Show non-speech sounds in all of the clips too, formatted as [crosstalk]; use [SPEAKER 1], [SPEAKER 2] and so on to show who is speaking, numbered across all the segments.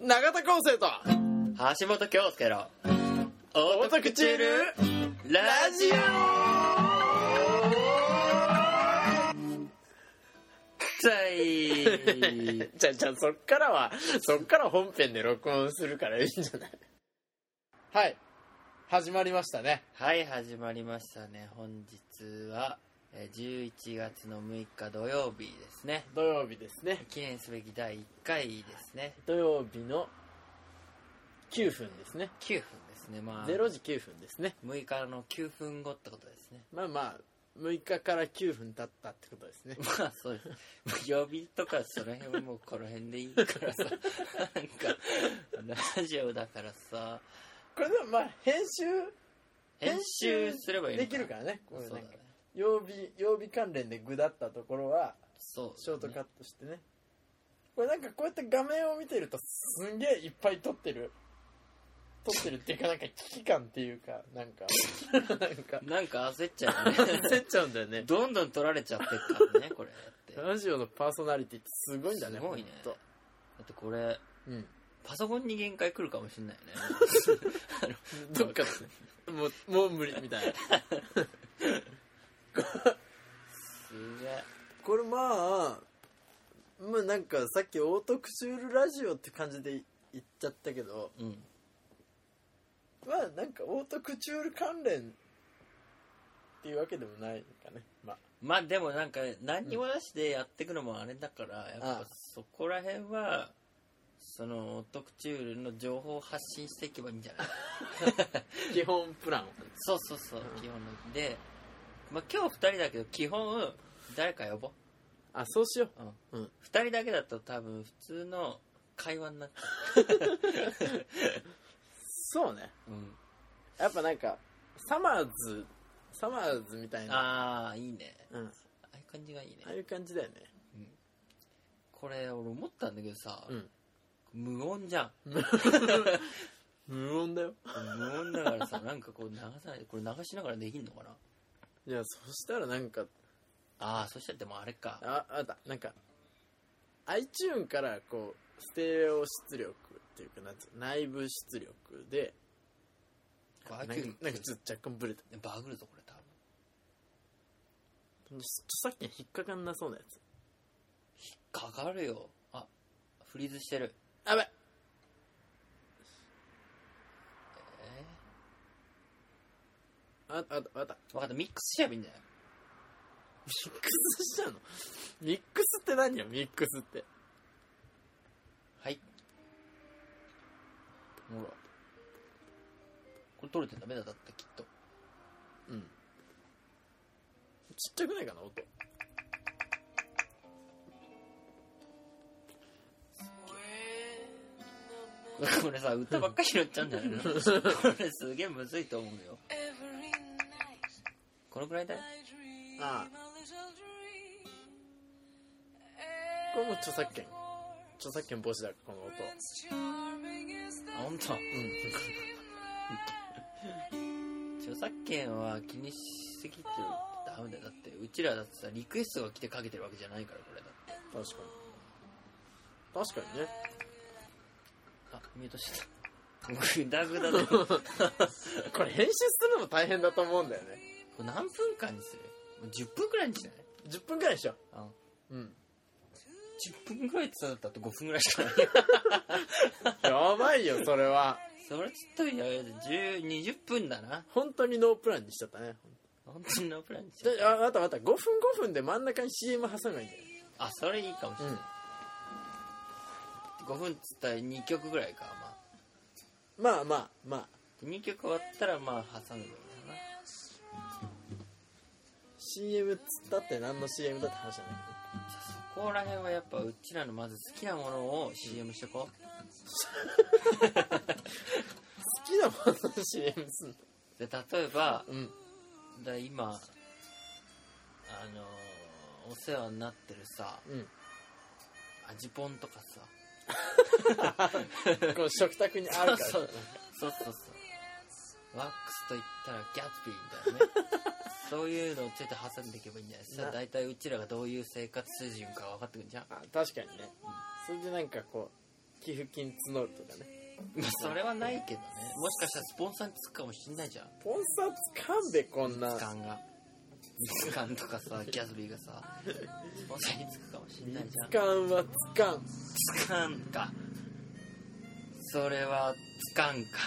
[SPEAKER 1] 永田高生と
[SPEAKER 2] 橋本京介のオートクチュールラ
[SPEAKER 1] [laughs]
[SPEAKER 2] ジオさい
[SPEAKER 1] じゃあじゃあそっからはそっから本編で録音するからいいんじゃないはい始まりましたね
[SPEAKER 2] はい始まりましたね本日はえー11月の6日土曜日ですね
[SPEAKER 1] 土曜日ですね
[SPEAKER 2] 記念すべき第1回ですね
[SPEAKER 1] 土曜日の9分ですね
[SPEAKER 2] 9分ですねまあ
[SPEAKER 1] 0時9分ですね
[SPEAKER 2] 6日の9分後ってことですね [laughs]
[SPEAKER 1] まあまあ6日から9分経ったってことですね
[SPEAKER 2] まあそうです曜日とかその辺はもうこの辺でいいからさなんかラジオだからさ
[SPEAKER 1] これでもまあ編集
[SPEAKER 2] 編集すればいいの
[SPEAKER 1] できるからねこ
[SPEAKER 2] そう
[SPEAKER 1] れ
[SPEAKER 2] だ
[SPEAKER 1] なん
[SPEAKER 2] ね
[SPEAKER 1] か曜日曜日関連で具だったところは
[SPEAKER 2] そう
[SPEAKER 1] ショートカ
[SPEAKER 2] ッ
[SPEAKER 1] ットしてねこれなんかこうやって画面を見てるとすんげえいっぱい撮ってる撮ってるっていうかなんか危機感っていうかなんかなんか
[SPEAKER 2] トなんか焦っちゃうよね
[SPEAKER 1] 焦っちゃうんだよね
[SPEAKER 2] どんどん取られちゃってっからねこれだってだ
[SPEAKER 1] ラジオのパーソナリティってすごいんだね
[SPEAKER 2] すごいね
[SPEAKER 1] ほんと
[SPEAKER 2] ってこれ
[SPEAKER 1] うん
[SPEAKER 2] パソコンに限界来るかもしんないよね [laughs]
[SPEAKER 1] どっかでもうもう無理み [laughs] たいな
[SPEAKER 2] すげえ
[SPEAKER 1] これまあまあなんかさっきオートクチュールラジオって感じで言っちゃったけど
[SPEAKER 2] うん
[SPEAKER 1] まあなんかオートクチュール関連っていうわけでもないかねまあ
[SPEAKER 2] まあでもなんか何にもなしでやっていくのもあれだから、やっ
[SPEAKER 1] ああ
[SPEAKER 2] ぱそこら辺はそのオトクチュールの情報を発信していけばいいんじゃない
[SPEAKER 1] 基本プランを
[SPEAKER 2] そうそうそう、
[SPEAKER 1] うん
[SPEAKER 2] 基本ので、まあ、今日2人だけど基本誰か呼ぼ
[SPEAKER 1] あそうしよう
[SPEAKER 2] う、うん
[SPEAKER 1] うん
[SPEAKER 2] 2人だけだと多分普通の会話になっちゃ
[SPEAKER 1] そうね
[SPEAKER 2] う、
[SPEAKER 1] やっぱなんかサマーズサマーズみたいな
[SPEAKER 2] ああいいね
[SPEAKER 1] うん、
[SPEAKER 2] ああいう感じがいいね
[SPEAKER 1] ああいう感じだよね
[SPEAKER 2] これ俺思ったんだけどさ、
[SPEAKER 1] うん
[SPEAKER 2] 無音じゃん
[SPEAKER 1] 無音だよ
[SPEAKER 2] 無音だからさなんかこう流さないこれ流しながらできんのかない
[SPEAKER 1] やそしたらなんか
[SPEAKER 2] ああそしたらでもあれか
[SPEAKER 1] ああだなんか iTune からこうステレオ出力っていうかなんつうの内部出力で
[SPEAKER 2] バ
[SPEAKER 1] なんか
[SPEAKER 2] ーキュー
[SPEAKER 1] なんかちょっと若干ブレた
[SPEAKER 2] バグるぞこれ多分
[SPEAKER 1] ちょっとさっきの引っかかんなそうなやつ
[SPEAKER 2] かかるよあフリーズしてる
[SPEAKER 1] やばい
[SPEAKER 2] え
[SPEAKER 1] あああった
[SPEAKER 2] ー、分かったミックスしちゃえばいいんじゃない
[SPEAKER 1] ミックスしたのミックスって何よミックスって
[SPEAKER 2] はい
[SPEAKER 1] ほら
[SPEAKER 2] これ取れてダメだだったきっと
[SPEAKER 1] うんちっちゃくないかな音
[SPEAKER 2] これさ歌ばっかり拾っちゃうんだよ
[SPEAKER 1] [laughs]
[SPEAKER 2] ねこれすげえむずいと思うよこのくらいだよ
[SPEAKER 1] あこれも著作権著作権防止だからこの音
[SPEAKER 2] あ本当。著作権は気にしすぎてるとダメだよだってうちらだってさリクエストが来てかけてるわけじゃないからこれだって
[SPEAKER 1] うん確かに確かにね
[SPEAKER 2] あミュートしてた [laughs] グダグダだよこ
[SPEAKER 1] [laughs] これ編集するのも大変だと思うんだよね
[SPEAKER 2] れ何分間にするもう10分くらいにしない
[SPEAKER 1] 10分ぐらいでしょ
[SPEAKER 2] あの
[SPEAKER 1] うん
[SPEAKER 2] 10分くらいって言ったらだって5分くらいしかない
[SPEAKER 1] [laughs] やばいよそれは
[SPEAKER 2] それちょっとやばい10 20分だな
[SPEAKER 1] 本当にノープランにしちゃったね
[SPEAKER 2] 本当にノープランにし
[SPEAKER 1] じ
[SPEAKER 2] て
[SPEAKER 1] ゃああとあと5分5分で真ん中に CM 挟めばいいんだよ
[SPEAKER 2] あそれいいかもしれない、5分っつったら2曲ぐらいかま
[SPEAKER 1] まあ
[SPEAKER 2] あ
[SPEAKER 1] まあまあ
[SPEAKER 2] 2曲終わったらまあ挟むんだよ
[SPEAKER 1] CM っつったって何の CM だって話じゃない
[SPEAKER 2] なじゃあそこら辺はやっぱうちらのまず好きなものを CM しとこう
[SPEAKER 1] 好きなものの CM すんの
[SPEAKER 2] で例えば
[SPEAKER 1] うん
[SPEAKER 2] だ今あのーお世話になってるさ
[SPEAKER 1] うん
[SPEAKER 2] 味ぽんとかさ
[SPEAKER 1] この食卓にあるから
[SPEAKER 2] そうそうそうそうそうワックスと言ったらギャッピーみたいなねそういうのをちょっと挟んでいけばいいんじゃないです
[SPEAKER 1] な
[SPEAKER 2] か大体うちらがどういう生活水準か分かってくんじゃん
[SPEAKER 1] あ確かにねそれでなんかこう寄付金募るとかね
[SPEAKER 2] まあそれはないけどねもしかしたらスポンサーにつくかもしんないじゃん
[SPEAKER 1] ポンサーつかんでこんな
[SPEAKER 2] ミツカンがミツカンとかさギャズビーがさスポンサーにつくかもしん
[SPEAKER 1] ミ
[SPEAKER 2] ないじゃん
[SPEAKER 1] ツカンはつかん
[SPEAKER 2] つかんかそれはつかんか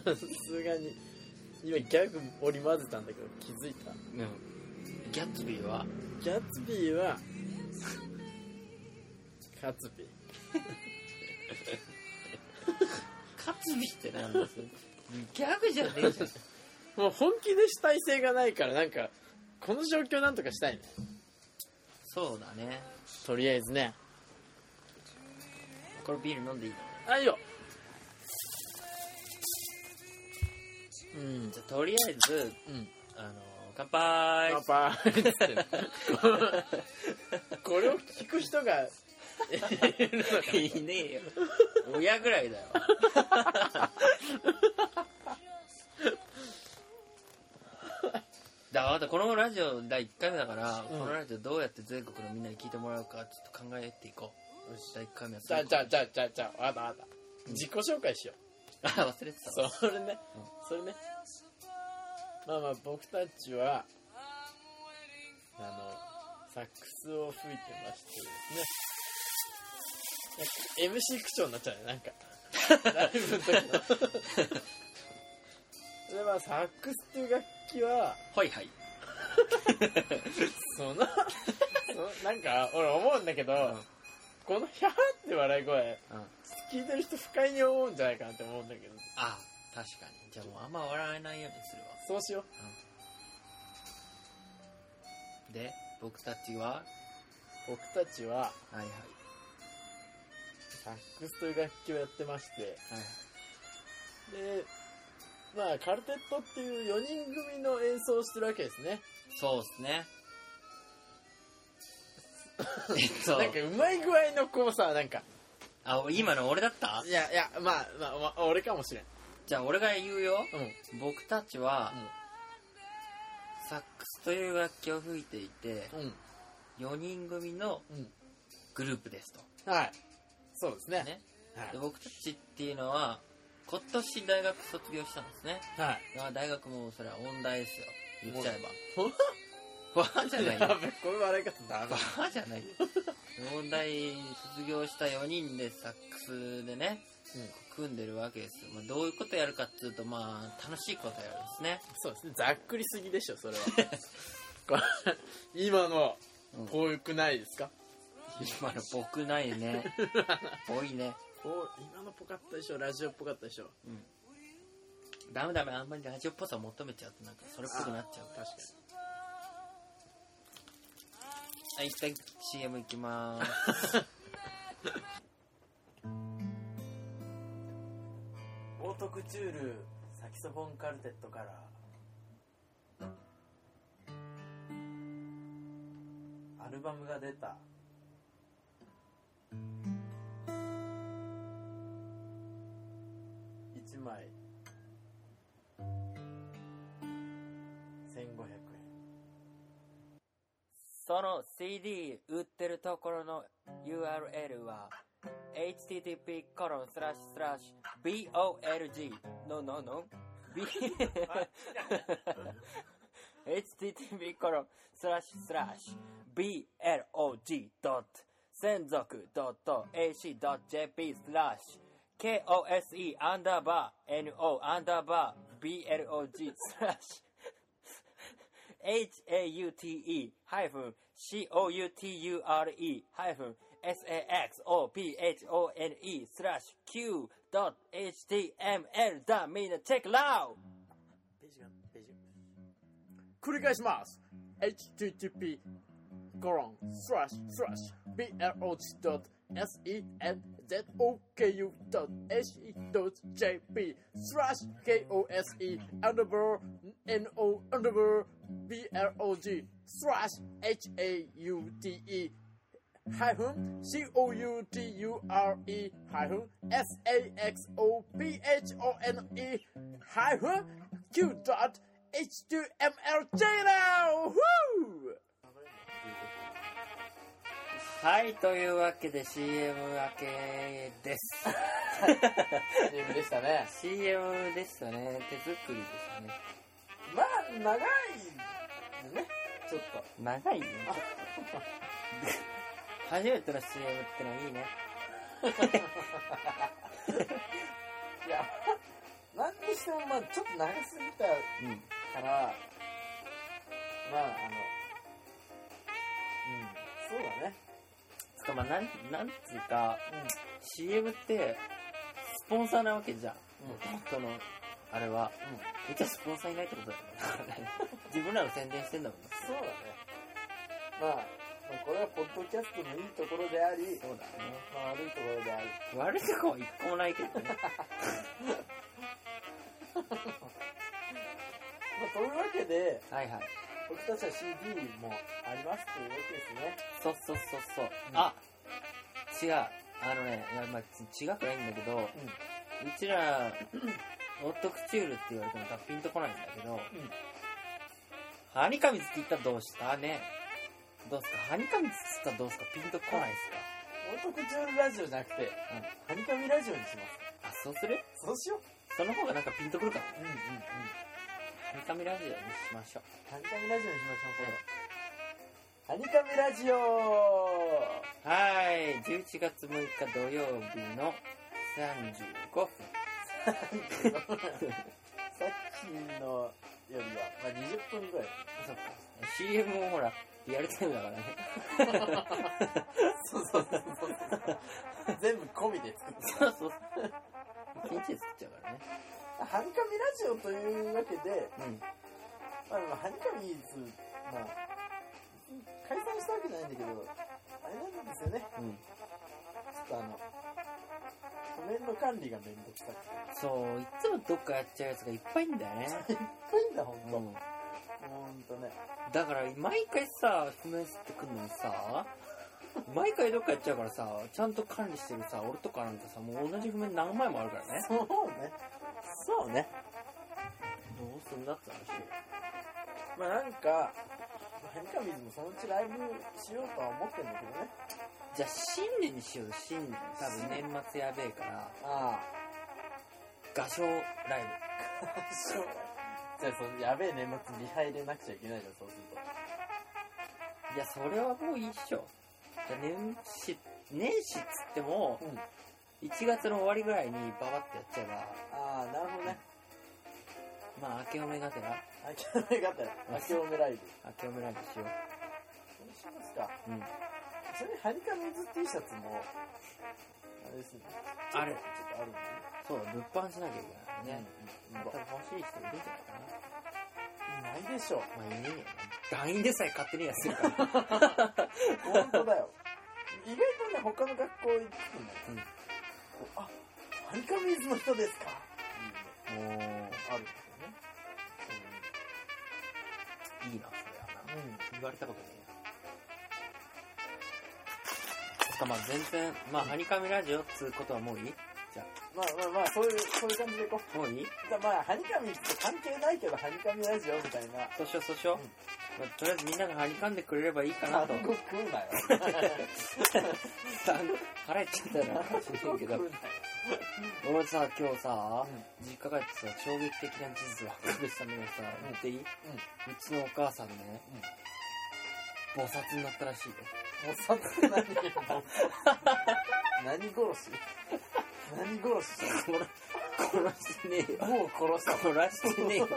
[SPEAKER 1] さすがに今ギャグ織り交ぜたんだけど気づいた
[SPEAKER 2] うんギャツビーは
[SPEAKER 1] ギャツビーはカツビ
[SPEAKER 2] カツビーってなんだそれギャグじゃねえじゃん
[SPEAKER 1] ーもう本気で主体性がないからなんかこの状況なんとかしたいね
[SPEAKER 2] そうだね
[SPEAKER 1] とりあえずね
[SPEAKER 2] これビール飲んでいいの
[SPEAKER 1] あいいようん
[SPEAKER 2] じゃあとりあえず
[SPEAKER 1] うん
[SPEAKER 2] あの乾杯
[SPEAKER 1] パパーイっつってね
[SPEAKER 2] [laughs]
[SPEAKER 1] これを聞く人が
[SPEAKER 2] いねえよ親ぐらいだ [laughs] よだからまたこのラジオ第1回目だから、
[SPEAKER 1] うん
[SPEAKER 2] このラジオどうやって全国のみんなに聞いてもらうかちょっと考えていこう第1回目は
[SPEAKER 1] じゃあじゃあじゃあじゃあじゃあわかったわかった自己紹介しよ
[SPEAKER 2] あ忘れて
[SPEAKER 1] う
[SPEAKER 2] たわ
[SPEAKER 1] それねそれねまあまあ僕たちはあのサックスを吹いてましてですねなんか MC 口調になっちゃうねなんかライブの時のでまあサックスっていう楽器は
[SPEAKER 2] はいはい
[SPEAKER 1] その [laughs] そのなんか俺思うんだけど、この「ヒャーって笑い声
[SPEAKER 2] うんうん
[SPEAKER 1] 聞いてる人不快に思うんじゃないかなって思うんだけど
[SPEAKER 2] あ確かにじゃあもうあんま笑えないようにするわ
[SPEAKER 1] そうしよ
[SPEAKER 2] で僕たちは
[SPEAKER 1] う僕たちは
[SPEAKER 2] はいはい
[SPEAKER 1] サックスという楽器をやってまして
[SPEAKER 2] はい
[SPEAKER 1] でまあカルテットっていう4人組の演奏をしてるわけですね
[SPEAKER 2] そうっすね [laughs] えっと
[SPEAKER 1] なんかうまい具合のこうさなんか
[SPEAKER 2] あ今の俺だった
[SPEAKER 1] いやいやまあまあ、まあ、俺かもしれん
[SPEAKER 2] じゃあ俺が言うよ
[SPEAKER 1] うん
[SPEAKER 2] 僕たちは、
[SPEAKER 1] うん
[SPEAKER 2] サックスという楽器を吹いていて
[SPEAKER 1] うん
[SPEAKER 2] 4人組の
[SPEAKER 1] うん
[SPEAKER 2] グループですと、
[SPEAKER 1] はいそうですね
[SPEAKER 2] ね、
[SPEAKER 1] は
[SPEAKER 2] で僕たちっていうのは今年大学卒業したんですね
[SPEAKER 1] い、は
[SPEAKER 2] まあ大学もそれは音大ですよ言っちゃえ
[SPEAKER 1] ほ
[SPEAKER 2] ばわーじゃ
[SPEAKER 1] い、
[SPEAKER 2] ない
[SPEAKER 1] や
[SPEAKER 2] よ
[SPEAKER 1] べこういう笑い方ダメ
[SPEAKER 2] バカじゃ [laughs] ないよ音大卒業した4人でサックスでね
[SPEAKER 1] うん
[SPEAKER 2] 組んでるわけですよ、まあ、どういうことやるかっていうとまあ楽しいことやるんですね
[SPEAKER 1] そうですねざっくりすぎでしょそれは [laughs] これ今の
[SPEAKER 2] うん
[SPEAKER 1] ぽくないですか、
[SPEAKER 2] 今の僕ない [laughs] ねぽいね
[SPEAKER 1] ぽ今のぽかったでしょラジオっぽかったでしょ
[SPEAKER 2] ダメダメあんまりラジオっぽさ求めちゃうとなんかそれっぽくなっちゃう
[SPEAKER 1] 確か
[SPEAKER 2] はい一旦 CM いきまーす
[SPEAKER 1] にオートクチュールサキソフォンカルテットからアルバムが出た1枚1500円
[SPEAKER 2] [laughs] その CD 売ってるところの URL は http コロンスラッシュスラッシュ bolg ののの b http コロンスラッシュスラッシュ blog.senzoku.ac.jp スラッシュ kose アンダーバー no アンダーバー blog スラッシュ haute-couture-saxopone スラッシュ q.html だみんなチェックラウ
[SPEAKER 1] ページがページが繰り返します http コロンスラッシュスラッシュ blog.senzoku.ac.jp スラッシュ kose アンダーバー no アンダーバー blog スラッシュ haute ハイフン COUTURE ハイフン SAXOPHONE ハイフン Q ドット HTML ジェイラーフ
[SPEAKER 2] はいというわけで CM 明け
[SPEAKER 3] です。
[SPEAKER 1] CM でしたね
[SPEAKER 2] CM でしたね。手作りでしたね。
[SPEAKER 1] まあ長いねちょっと
[SPEAKER 2] 長い [laughs] ね。初めての CM ってのはいいね。
[SPEAKER 1] いや何にしてもまあちょっと長すぎた
[SPEAKER 2] うん。
[SPEAKER 1] からまああのうんそうだね
[SPEAKER 2] つかまあ、なん、なんつうか、
[SPEAKER 1] うん
[SPEAKER 2] CM って、スポンサーなわけじゃん。その、あれは。
[SPEAKER 1] うん
[SPEAKER 2] うちはスポンサーいないってことだよね。自分らの宣伝してんだもんね。
[SPEAKER 1] そうだねまあまあこれはポッドキャストのいいところであり
[SPEAKER 2] そうだね。
[SPEAKER 1] まあ悪いところであり
[SPEAKER 2] 悪いとこは一個もないけどね。
[SPEAKER 1] まあというわけで
[SPEAKER 2] [laughs] はいはい。
[SPEAKER 1] 僕たちは CD もありますというわけですね
[SPEAKER 2] そうそうそうそう。
[SPEAKER 1] うん
[SPEAKER 2] あ違う。あのね、いやまあ、ち違くないんだけど、うちら、オットクチュールって言われても多分ピンとこないんだけど、
[SPEAKER 1] ん
[SPEAKER 2] ハニカミズって言ったらどうしたね。どうすかハニカミズって言ったらどうすかピンとこないですか
[SPEAKER 1] オートクチュールラジオじゃなくて、ハニカミラジオにしま
[SPEAKER 2] あ、そうする
[SPEAKER 1] すそうしよ
[SPEAKER 2] その方がなんかピンとくるかも。
[SPEAKER 1] ううんうんうん
[SPEAKER 2] ハニカミラジオにしましょう。
[SPEAKER 1] ハニカミラジオにしましょうこれハニカミラジオ
[SPEAKER 2] はーい。11月6日土曜日の35分。
[SPEAKER 1] さっきのよりは、まあ、20分 [laughs] ぐらい
[SPEAKER 2] そっか。CM もほら、リアルタイムだからね。
[SPEAKER 1] そうそうそうそう全部込みで作っ
[SPEAKER 2] そうそう。一日で作っちゃうからね。
[SPEAKER 1] たハニカミラジオというわけで、
[SPEAKER 2] うん。
[SPEAKER 1] まあ、まあハニカミーズまあ解散したわけじゃないんだけどあれなんですよね
[SPEAKER 2] うん。
[SPEAKER 1] ちょっとあのコメント管理がめんどくさくて
[SPEAKER 2] そう、いつもどっかやっちゃうやつがいっぱいいんだよね。
[SPEAKER 1] 深いんだほんと、
[SPEAKER 2] う
[SPEAKER 1] ほ
[SPEAKER 2] ん。
[SPEAKER 1] んとね
[SPEAKER 2] だから、毎回さ、譜面吸ってくんのにさ、毎回どっかやっちゃうからさ、ちゃんと管理してるさ、俺とかなんかさ、もう同じ譜面何枚もあるからね。
[SPEAKER 1] そうねそうね
[SPEAKER 2] どうすんだって話よ。
[SPEAKER 1] まあなんかハニカミーズもそのうちライブしようとは思ってんだけどね
[SPEAKER 2] じゃあ、新年にしようよ、新年。多分年末やべえから、
[SPEAKER 1] ああ
[SPEAKER 2] 合唱ライ
[SPEAKER 1] じゃあそのやべえ年末リハ入れなくちゃいけないじゃんそうすると
[SPEAKER 2] ブ。いや、それはもういいっしょ。じゃあ、年始、年始っつっても、
[SPEAKER 1] うん
[SPEAKER 2] 1月の終わりぐらいにババってやっちゃえば、
[SPEAKER 1] ああなるほどね
[SPEAKER 2] まあ、明けおめがてら、
[SPEAKER 1] 諦めがたい諦めライブ
[SPEAKER 2] 明けおめライブしよ
[SPEAKER 1] そうしますか
[SPEAKER 2] う。うん。
[SPEAKER 1] ちなみにハニカミーズ T シャツもあれですね
[SPEAKER 2] あ
[SPEAKER 1] ち
[SPEAKER 2] れ
[SPEAKER 1] ょっとあるんだね
[SPEAKER 2] そうだ、物販しなきゃいけないからね。
[SPEAKER 1] うんうん
[SPEAKER 2] 多分欲しい人いるんじゃな
[SPEAKER 1] い
[SPEAKER 2] いか
[SPEAKER 1] ないでしょ
[SPEAKER 2] な。まあ、いねえよね。団員でさえ勝手にやって [laughs] るから。
[SPEAKER 1] 本当だよ意外とね他の学校行くんだよ、
[SPEAKER 2] うん
[SPEAKER 1] こうあハニカミーズの人ですか
[SPEAKER 2] おー、
[SPEAKER 1] あるんで
[SPEAKER 2] いいな、それはな。
[SPEAKER 1] すよね
[SPEAKER 2] 言われたことねえな。かまあ、全然、まあ、ハニカミラジオっつうことはもういい
[SPEAKER 1] まあまあまあそういうそういう感じでいこう
[SPEAKER 2] もういい
[SPEAKER 1] じゃあまあハニカミーズと関係ないけどハニカミラジオみたいな
[SPEAKER 2] そうしよう、そうしよう。まあ、とりあえずみんながはにかんでくれればいいかな
[SPEAKER 1] 韓
[SPEAKER 2] と。
[SPEAKER 1] 国食うなよ
[SPEAKER 2] 腹減っちゃったよな、知らんけど。俺さ、今日さ、実家帰ってさ、衝撃的な事実を発覚したんだけどさ、
[SPEAKER 1] うん
[SPEAKER 2] 言っていい、うちのお母さんね、菩薩になったらしいよ。
[SPEAKER 1] もうさすがに何殺し何殺し
[SPEAKER 2] 殺してねえよ。
[SPEAKER 1] もう殺した
[SPEAKER 2] 殺してねえよ。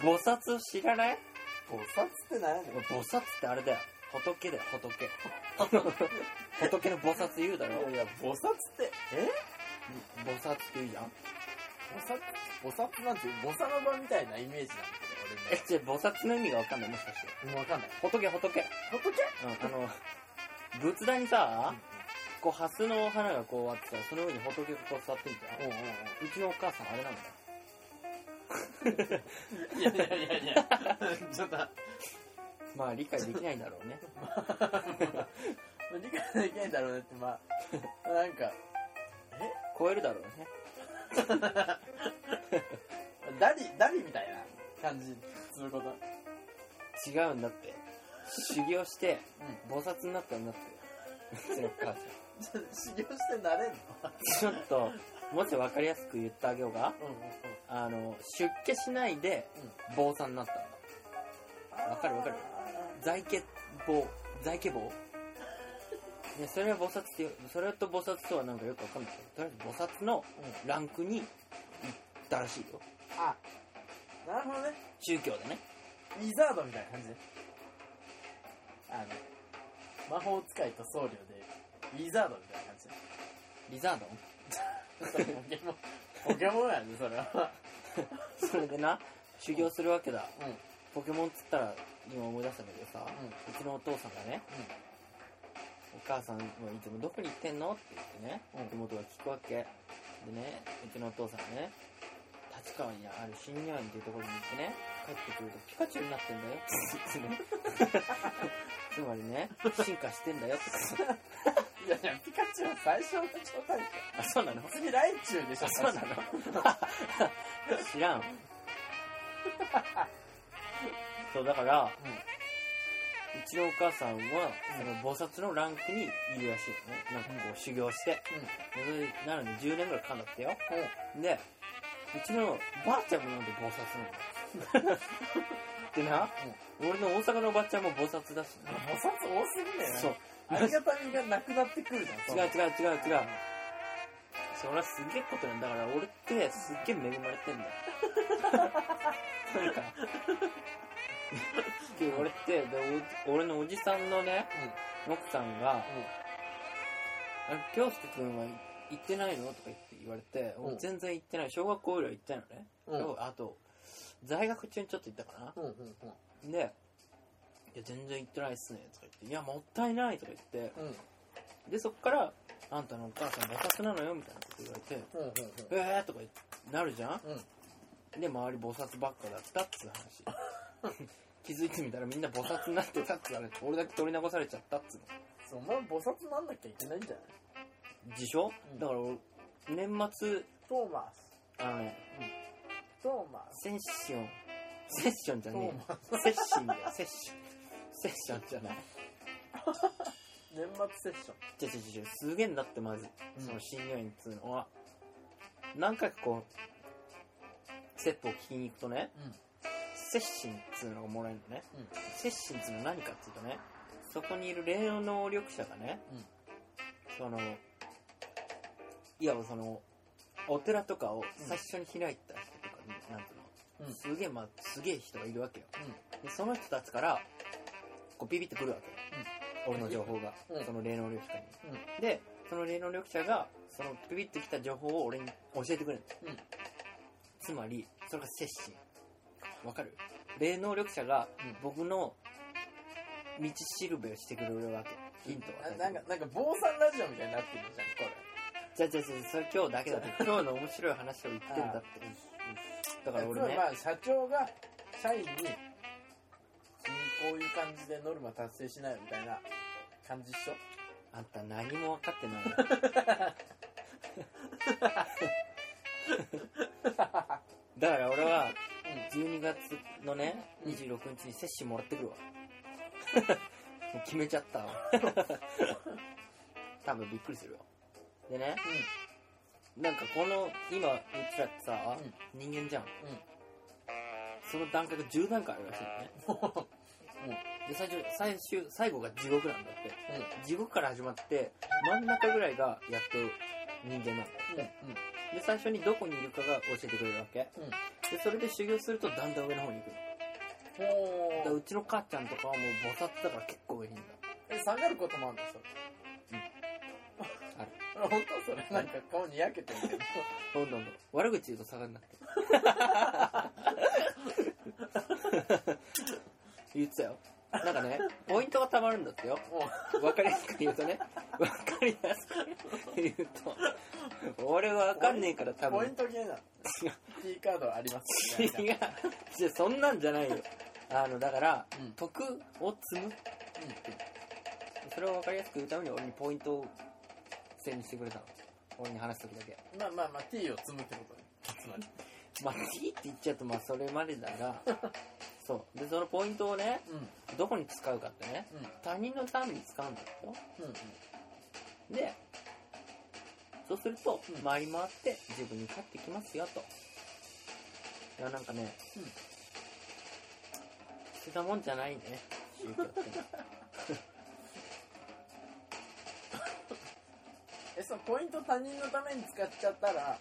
[SPEAKER 2] 菩薩を知らない
[SPEAKER 1] 菩薩って何やねん
[SPEAKER 2] 菩薩ってあれだよ。仏だよ、仏。仏の菩薩言うだろ。
[SPEAKER 1] いや菩薩ってえ
[SPEAKER 2] 菩薩って言うじゃん。
[SPEAKER 1] 菩薩菩薩なんて菩薩の場みたいなイメージなんだ
[SPEAKER 2] え、じゃあ菩薩の意味がわかんない、もしかして。
[SPEAKER 1] けど俺ねもう分かんない
[SPEAKER 2] 仏、仏。
[SPEAKER 1] 仏
[SPEAKER 2] うん、あの、仏壇にさ、こう、ハスの花がこうあってさ、その上に仏がこう座ってんじ
[SPEAKER 1] お
[SPEAKER 2] ゃん。
[SPEAKER 1] う
[SPEAKER 2] うちのお母さんあれなんだよ。
[SPEAKER 1] おういやいやいやいやちょっと
[SPEAKER 2] まあ理解できないんだろうね。
[SPEAKER 1] 理解できないんだろうねってまあまあなんか
[SPEAKER 2] [laughs] 超えるだろうね。
[SPEAKER 1] ダリダリみたいな感じすること
[SPEAKER 2] 違うんだって。修行して、
[SPEAKER 1] う
[SPEAKER 2] 菩薩になったんだって。うちのお母
[SPEAKER 1] ちょっと修行してなれんの
[SPEAKER 2] ちょっと、もうちょい分かりやすく言ってあげようか。
[SPEAKER 1] うんうんうん。
[SPEAKER 2] あの、出家しないで、坊さんになったの。わかるわかる。在家坊、在家坊ね、それは菩薩っていう、それと菩薩とはなんかよくわかんないけど、とりあえず菩薩の
[SPEAKER 1] う
[SPEAKER 2] ランクに行ったらしいよ。
[SPEAKER 1] あ、なるほどね。
[SPEAKER 2] 宗教でね。
[SPEAKER 1] ウィザードみたいな感じで。あの、魔法使いと僧侶で、ウィザードみたいな感じで。
[SPEAKER 2] リザードン
[SPEAKER 1] それポケモン、ポケモンやね、それは。
[SPEAKER 2] それでな、修行するわけだ。
[SPEAKER 1] うん。
[SPEAKER 2] ポケモンっつったら、今思い出したんだけどさ、うちのお父さんがね、お母さんはいつもどこに行ってんのって言ってね、
[SPEAKER 1] うん
[SPEAKER 2] 妹が聞くわけ。でね、うちのお父さんがね、立川にある新入院っていうところに行ってね、帰ってくるとピカチュウになってん [laughs] だよって言ってね。つまりね、進化してんだよって。
[SPEAKER 1] いやいや、ピカチュウは最初の状態で
[SPEAKER 2] [laughs] あ、そうなの
[SPEAKER 1] 次、ライチュウでしょ、
[SPEAKER 2] そうなの [laughs] 知らん。そう、だから、
[SPEAKER 1] うん
[SPEAKER 2] うちのお母さんは、その菩薩のランクにいるらしいのね。なんかこう修行して。それなのに10年ぐらいかかんだってよ。で、うちのばあちゃんもなんで菩薩 [laughs] なんだよ。でな、俺の大阪のおばあちゃんも菩薩だし
[SPEAKER 1] うん。
[SPEAKER 2] ね。
[SPEAKER 1] 菩薩多すぎんだよね。
[SPEAKER 2] そう。。
[SPEAKER 1] ありがたみがなくなってくるじゃん、
[SPEAKER 2] 違う違う違う違う。それはすげえことなんだから俺ってすっげえ恵まれてんだよ。なんか。で俺ってでお俺のおじさんのね、奥さんが、あれ、京介くんは行ってないのとか言って言われて、
[SPEAKER 1] うん
[SPEAKER 2] 俺全然行ってない。小学校以来行ってないのね。
[SPEAKER 1] うん。うん。
[SPEAKER 2] であと、在学中にちょっと行ったかな。
[SPEAKER 1] うん。うん。うん。
[SPEAKER 2] で、いや、全然行ってないっすね。とか言って、いや、もったいないとか言って、
[SPEAKER 1] うん。うん。
[SPEAKER 2] で、そっから、あんたのお母さん、菩薩なのよ、みたいなこと言われて、
[SPEAKER 1] うん。うん。
[SPEAKER 2] えーとか言ってなるじゃん
[SPEAKER 1] うん。
[SPEAKER 2] で、周り菩薩ばっかだったっつう話。
[SPEAKER 1] [laughs]
[SPEAKER 2] 気づいてみたらみんな菩薩になってたっつう話。俺だけ取り残されちゃったっつうの。
[SPEAKER 1] そう、お前菩薩なんなきゃいけないんじゃない
[SPEAKER 2] でしょ、
[SPEAKER 1] うん
[SPEAKER 2] だから俺、年末、
[SPEAKER 1] トーマス。
[SPEAKER 2] あのね、
[SPEAKER 1] トーマス。
[SPEAKER 2] セッション。セッションじゃ
[SPEAKER 1] ト
[SPEAKER 2] ねえよ
[SPEAKER 1] ー。マス。
[SPEAKER 2] セッションだよ、セッション。セッションじゃない。
[SPEAKER 1] 年末セッション。
[SPEAKER 2] ちょちょちょ、すげえんだって、まず。
[SPEAKER 1] うん
[SPEAKER 2] その新入院っつうのは。何回かこう、ステップを聞きに行くとね、
[SPEAKER 1] うん。
[SPEAKER 2] セッシンっつうのがもらえるのね。
[SPEAKER 1] うん
[SPEAKER 2] セッシンっつうのは何かっつうとね、そこにいる霊能力者がね、
[SPEAKER 1] うん
[SPEAKER 2] その、いわばその、お寺とかを最初に開いた人とかに、なんていうの、
[SPEAKER 1] うん
[SPEAKER 2] すげえ、まあ、すげえ人がいるわけよ。
[SPEAKER 1] うん。
[SPEAKER 2] でその人たちからこうビビってくるわけ、
[SPEAKER 1] うん
[SPEAKER 2] 俺の情報が、
[SPEAKER 1] うん
[SPEAKER 2] その霊能力者に、でその霊能力者がそのビビってきた情報を俺に教えてくれるの、
[SPEAKER 1] うん
[SPEAKER 2] つまりそれが接心わかる霊能力者が
[SPEAKER 1] うん
[SPEAKER 2] 僕の道しるべをしてくれるわけヒント
[SPEAKER 1] な
[SPEAKER 2] は
[SPEAKER 1] なんか、なんか、坊さんラジオみたいになってるじゃん、これ。
[SPEAKER 2] じゃあじゃあじゃあそれ今日だけだって今日の面白い話を言ってるんだってだから
[SPEAKER 1] つ
[SPEAKER 2] 俺
[SPEAKER 1] まり
[SPEAKER 2] ね
[SPEAKER 1] まあ、社長が社員に、君こういう感じでノルマ達成しないみたいな感じっしょ
[SPEAKER 2] あんた何も分かってない。だから俺は、12月のね、26日に接種もらってくる [laughs] わ。もう決めちゃった [laughs] わ。多分びっくりするよ。でね、なんかこの、今、うちらってさ、人間じゃん。その段階が10段階あるらしいのね。 [laughs] で、最初、最終、最後が地獄なんだって。地獄から始まって真ん中ぐらいがやっと人間なんだで最初にどこにいるかが教えてくれるわけでそれで修行するとだんだん上の方に行くのだからうちの母ちゃんとかはもう菩薩だから結構上にいるんだ
[SPEAKER 1] え下がることもあるんだそれ、うん、本当それなんか顔にやけてるけど
[SPEAKER 2] どんどんどん悪口言うと下がんなく
[SPEAKER 1] [laughs]
[SPEAKER 2] て言ってたよなんかねポイントがたまるんだってよ
[SPEAKER 1] も
[SPEAKER 2] わかりやすく言うとねわかりやすく言うと俺はわかんねえから多
[SPEAKER 1] うポイ
[SPEAKER 2] 分
[SPEAKER 1] ントゲーなの T カードあります
[SPEAKER 2] 違
[SPEAKER 1] み
[SPEAKER 2] う
[SPEAKER 1] たいな
[SPEAKER 2] 違うそんなんじゃないよあのだから、
[SPEAKER 1] うん
[SPEAKER 2] 徳を積むそれを分かりやすく言うために俺にポイントを制にしてくれたの俺に話す時だけ
[SPEAKER 1] まあまあまあ T を積むってことねつまり
[SPEAKER 2] まあ [laughs] 「いい」って言っちゃうとまあそれまでだがそうでそのポイントをね
[SPEAKER 1] うんうん
[SPEAKER 2] どこに使うかってね他人のために使うんだよ
[SPEAKER 1] うん
[SPEAKER 2] でそうすると
[SPEAKER 1] うん
[SPEAKER 2] 回り回って自分に立ってきますよといやなんかね、
[SPEAKER 1] うん
[SPEAKER 2] 捨てたもんじゃないね宗教ってのは
[SPEAKER 1] えそのポイント他人のために使っちゃったら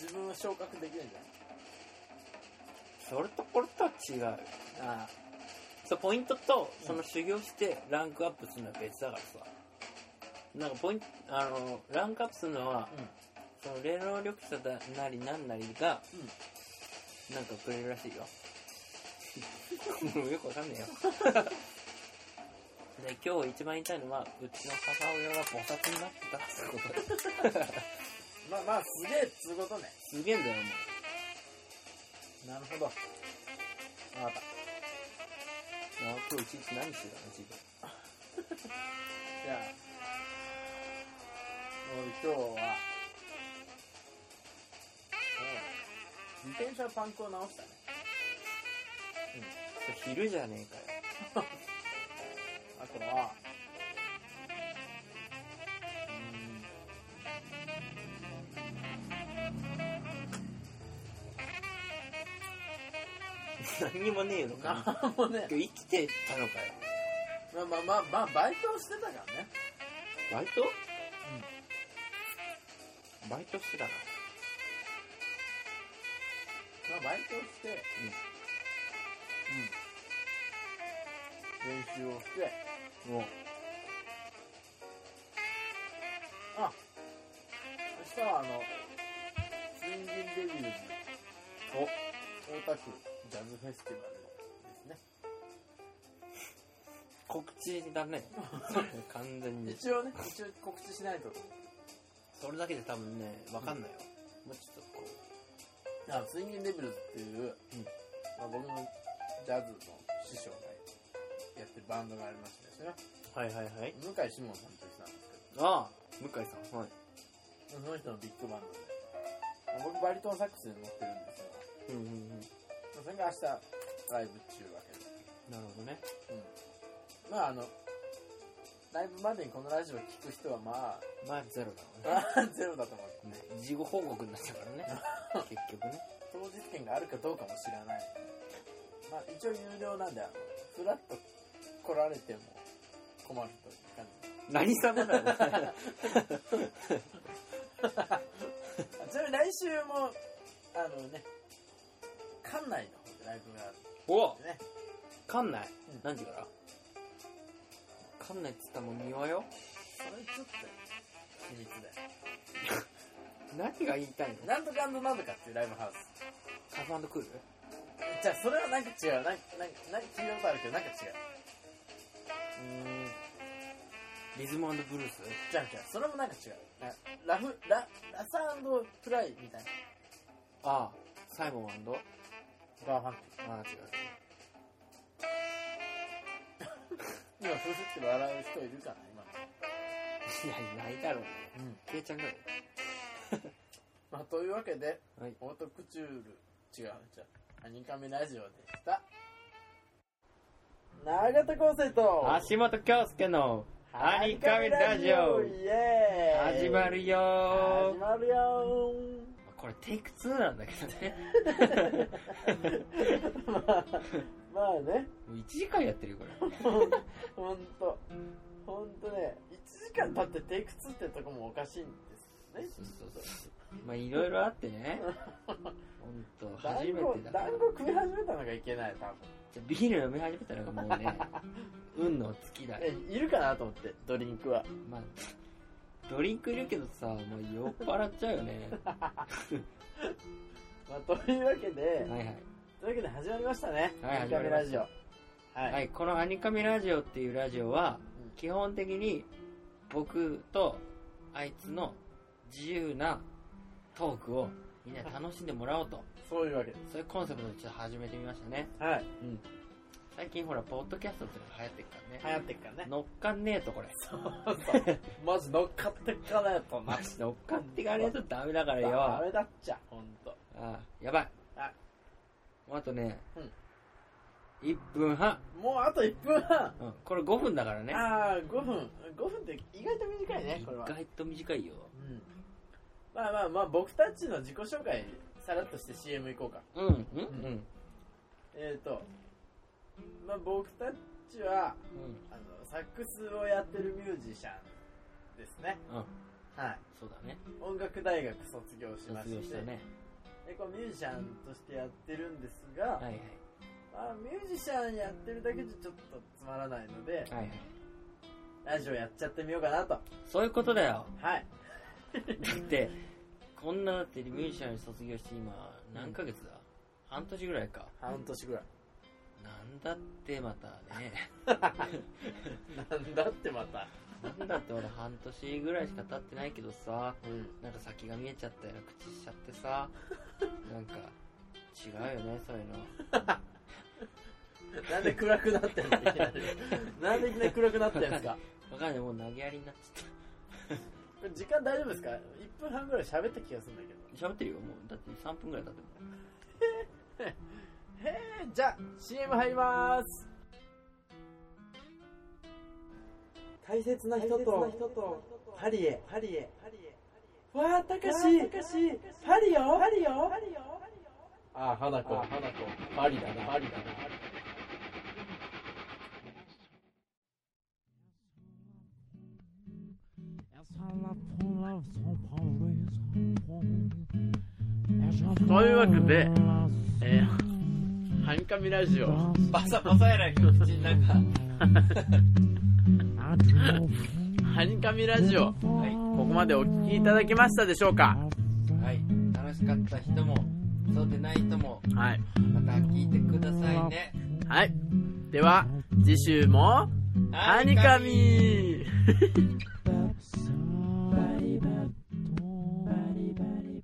[SPEAKER 1] 自分を昇格できるんじ
[SPEAKER 2] それとこれとは違う
[SPEAKER 1] ゃないあ
[SPEAKER 2] そうポイントとその修行してランクアップするのは別だからさなんかポイントあのランクアップするのは
[SPEAKER 1] あうん
[SPEAKER 2] その霊能力者だなりなんなりが
[SPEAKER 1] うん
[SPEAKER 2] なんかくれるらしいよ [laughs] もうよくわかんねえよ [laughs] で今日一番言いたいのはうちの母親が菩薩になってたってことです
[SPEAKER 1] まあまあすげえっつうことね
[SPEAKER 2] すげえんだよも
[SPEAKER 1] なるほどわかった
[SPEAKER 2] ういや今日一日何してたの自分
[SPEAKER 1] じゃあ俺今日はうん自転車のパンクを直したね
[SPEAKER 2] 昼じゃねえかよ [laughs]
[SPEAKER 1] あとは
[SPEAKER 2] 何にもねえのか
[SPEAKER 1] な
[SPEAKER 2] よ
[SPEAKER 1] んもね
[SPEAKER 2] 今日生きてたのかよ
[SPEAKER 1] まあまあまあまあバイトをしてたからね
[SPEAKER 2] バイトバイトしてたな
[SPEAKER 1] まあ、バイトをして、うん。練習をして、
[SPEAKER 2] もう
[SPEAKER 1] あ、そしたらあの、新人デビューズ、
[SPEAKER 2] お
[SPEAKER 1] 大田区ジャズフェスティバルですね。
[SPEAKER 2] 告知だね [laughs] 完全に
[SPEAKER 1] 一応ね、一応告知しないと。
[SPEAKER 2] それだけで多分ねわかんないよ、もうちょっとこ
[SPEAKER 1] あ、新人デビューズっていう、
[SPEAKER 2] うん
[SPEAKER 1] まあ、僕のジャズの師匠がやってるバンドがありましてですね、
[SPEAKER 2] うはいはいはい
[SPEAKER 1] 向井志門さんという人なんですけど、
[SPEAKER 2] ああ向井さんはい
[SPEAKER 1] その人のビッグバンドで。僕バリトンサックスで乗ってるんですよ。
[SPEAKER 2] うんうんうん
[SPEAKER 1] それが明日、ライブ中わけで。
[SPEAKER 2] なるほどね
[SPEAKER 1] うん。まああの、ライブまでにこのラジオを聞く人はま
[SPEAKER 2] まあゼロだ
[SPEAKER 1] あ、
[SPEAKER 2] ろ
[SPEAKER 1] [laughs] ゼロだと思う。
[SPEAKER 2] うねね事後報告になっちゃうからね [laughs] 結局ね
[SPEAKER 1] 当日券があるかどうかも知らない。まあ一応有料なんで、あの、ふらっと来られても困るという感じ。
[SPEAKER 2] 何様だよ
[SPEAKER 1] [laughs] あちなみに来週も、あのね、館内の方でライブがある
[SPEAKER 2] お
[SPEAKER 1] んでね。
[SPEAKER 2] 館内、
[SPEAKER 1] うん
[SPEAKER 2] 何時から館内っつったらもう庭よ
[SPEAKER 1] それちょっと秘密だよ。
[SPEAKER 2] 何が言いたいの
[SPEAKER 1] なんとかなんとかっていうライブハウス。
[SPEAKER 2] カフクール
[SPEAKER 1] じゃあそれはなんか違う。なんか、なんか、なんか聞いたことあるけど、なんか違う。
[SPEAKER 2] うんリズムブルース
[SPEAKER 1] じゃんじゃん。それもなんか違う。なラフ、ラ、ラサンドプライみたいな。
[SPEAKER 2] ああサイモン
[SPEAKER 1] バーファンク。
[SPEAKER 2] ああ違う
[SPEAKER 1] 今、ふふって笑う人いるかな、今。
[SPEAKER 2] いや、いないだろうね。
[SPEAKER 1] うん。
[SPEAKER 2] ケイちゃんぐらい。
[SPEAKER 1] まあ、というわけで、
[SPEAKER 2] はい。
[SPEAKER 1] オートクチュール、違う、じゃあ、アニカメラジオでした。永田光生と、
[SPEAKER 2] 橋本京介の、ハニカミラジオ、
[SPEAKER 1] イエーイ
[SPEAKER 2] 始まるよ
[SPEAKER 1] 始
[SPEAKER 2] ー。
[SPEAKER 1] まるよ
[SPEAKER 2] これテイク2なんだけどね。
[SPEAKER 1] ーまあ、まあね。
[SPEAKER 2] もう1時間やってるよ、これ。
[SPEAKER 1] ほんほんと。ほんとね、1時間経ってテイク2ってとこもおかしいんです
[SPEAKER 2] そうそうそう。まあ、いろいろあってね。ほんと、
[SPEAKER 1] よね。
[SPEAKER 2] 初め
[SPEAKER 1] 団
[SPEAKER 2] て
[SPEAKER 1] 子
[SPEAKER 2] だから
[SPEAKER 1] 団。子食い始めたのがいけない、多分。
[SPEAKER 2] じゃあビール飲み始めたらもうね、運の尽きだよ。
[SPEAKER 1] え、いるかなと思って、ドリンクは。
[SPEAKER 2] まあ、ドリンクいるけどさ、もう酔っ払っちゃうよね。は
[SPEAKER 1] まあ、というわけで
[SPEAKER 2] い、はい。
[SPEAKER 1] というわけで始まりましたね。
[SPEAKER 2] はい
[SPEAKER 1] アニカメラジオ。は。
[SPEAKER 2] はいい、この「アニカミラジオ」っていうラジオは
[SPEAKER 1] うん
[SPEAKER 2] 基本的に僕とあいつの自由なトークをみんな楽しんでもらおうと
[SPEAKER 1] そういうわけで
[SPEAKER 2] そういうコンセプトでちょっと始めてみましたね
[SPEAKER 1] す。はい。
[SPEAKER 2] うん最近ほらポッドキャストってのが流行ってるからね、
[SPEAKER 1] 流行ってっ
[SPEAKER 2] [laughs]
[SPEAKER 1] からね。
[SPEAKER 2] 乗っかんねえとこれ
[SPEAKER 1] [laughs] まず乗っかってかないとな
[SPEAKER 2] [laughs] マ。ジ乗っかってかねえとダメだからよ
[SPEAKER 1] ダ
[SPEAKER 2] あ
[SPEAKER 1] メだっちゃ、ほんと。
[SPEAKER 2] あやばい
[SPEAKER 1] あ
[SPEAKER 2] もうあとね、
[SPEAKER 1] うん
[SPEAKER 2] 1分半、
[SPEAKER 1] もうあと1分半。
[SPEAKER 2] うん、これ5分だからね
[SPEAKER 1] ああ、5分。5分って意外と短いね、
[SPEAKER 2] 意
[SPEAKER 1] これは。
[SPEAKER 2] 外と短いよ
[SPEAKER 1] うん。まあまあまあ、僕たちの自己紹介、さらっとして CM 行こうか。
[SPEAKER 2] うんうんうん
[SPEAKER 1] えっ、ー、と、まあ僕たちは、
[SPEAKER 2] うん
[SPEAKER 1] あの、サックスをやってるミュージシャンですね。
[SPEAKER 2] うん
[SPEAKER 1] はい。
[SPEAKER 2] そうだね
[SPEAKER 1] 音楽大学卒業しま
[SPEAKER 2] 卒
[SPEAKER 1] し
[SPEAKER 2] 業
[SPEAKER 1] て、
[SPEAKER 2] したね
[SPEAKER 1] でこうミュージシャンとしてやってるんですが、
[SPEAKER 2] はいはい
[SPEAKER 1] まあ、ミュージシャンやってるだけじゃちょっとつまらないので、
[SPEAKER 2] はいはい
[SPEAKER 1] ラジオやっちゃってみようかなと。
[SPEAKER 2] そういうこと
[SPEAKER 1] [laughs]
[SPEAKER 2] だよ
[SPEAKER 1] はい。
[SPEAKER 2] だってこんなだってミュージシャン卒業して今何ヶ月だ半年ぐらいか
[SPEAKER 1] 半年ぐらい。
[SPEAKER 2] なんだってまたね
[SPEAKER 1] [laughs] なんだってまた。
[SPEAKER 2] なんだって俺半年ぐらいしか経ってないけどさ
[SPEAKER 1] うん。
[SPEAKER 2] なんか先が見えちゃったような口しちゃって [laughs] さなんか違うよねそういうの
[SPEAKER 1] なんで暗くなってんのいき [laughs] なり。なんでいきなり暗くなってんですか
[SPEAKER 2] わかんないもう投げやりになっちゃっ
[SPEAKER 1] これ [laughs] 時間大丈夫ですか ?1 分半ぐらい喋った気がするんだけど。
[SPEAKER 2] た喋ってるよもうだって3分ぐらい経ってる
[SPEAKER 1] えーじゃあ、CM 入ります。大切な人と、パリへ、パリへ。わあ、たかし、パリよ、パリよ。あ、花子、花子、パリだな、パリだな。
[SPEAKER 3] というわけで、
[SPEAKER 1] えー、ハンカミラジオ。
[SPEAKER 2] バサバサやないけど口なんか
[SPEAKER 1] ハニカミラジオ、こ
[SPEAKER 2] はい
[SPEAKER 1] こまでお聞きいただけましたでしょうか
[SPEAKER 2] はい、楽しかった人も、そうでない人も、
[SPEAKER 1] はい。
[SPEAKER 2] また聞いてくださいね。
[SPEAKER 1] はい。では、次週も、ハニカミ
[SPEAKER 3] バリバリバリバリ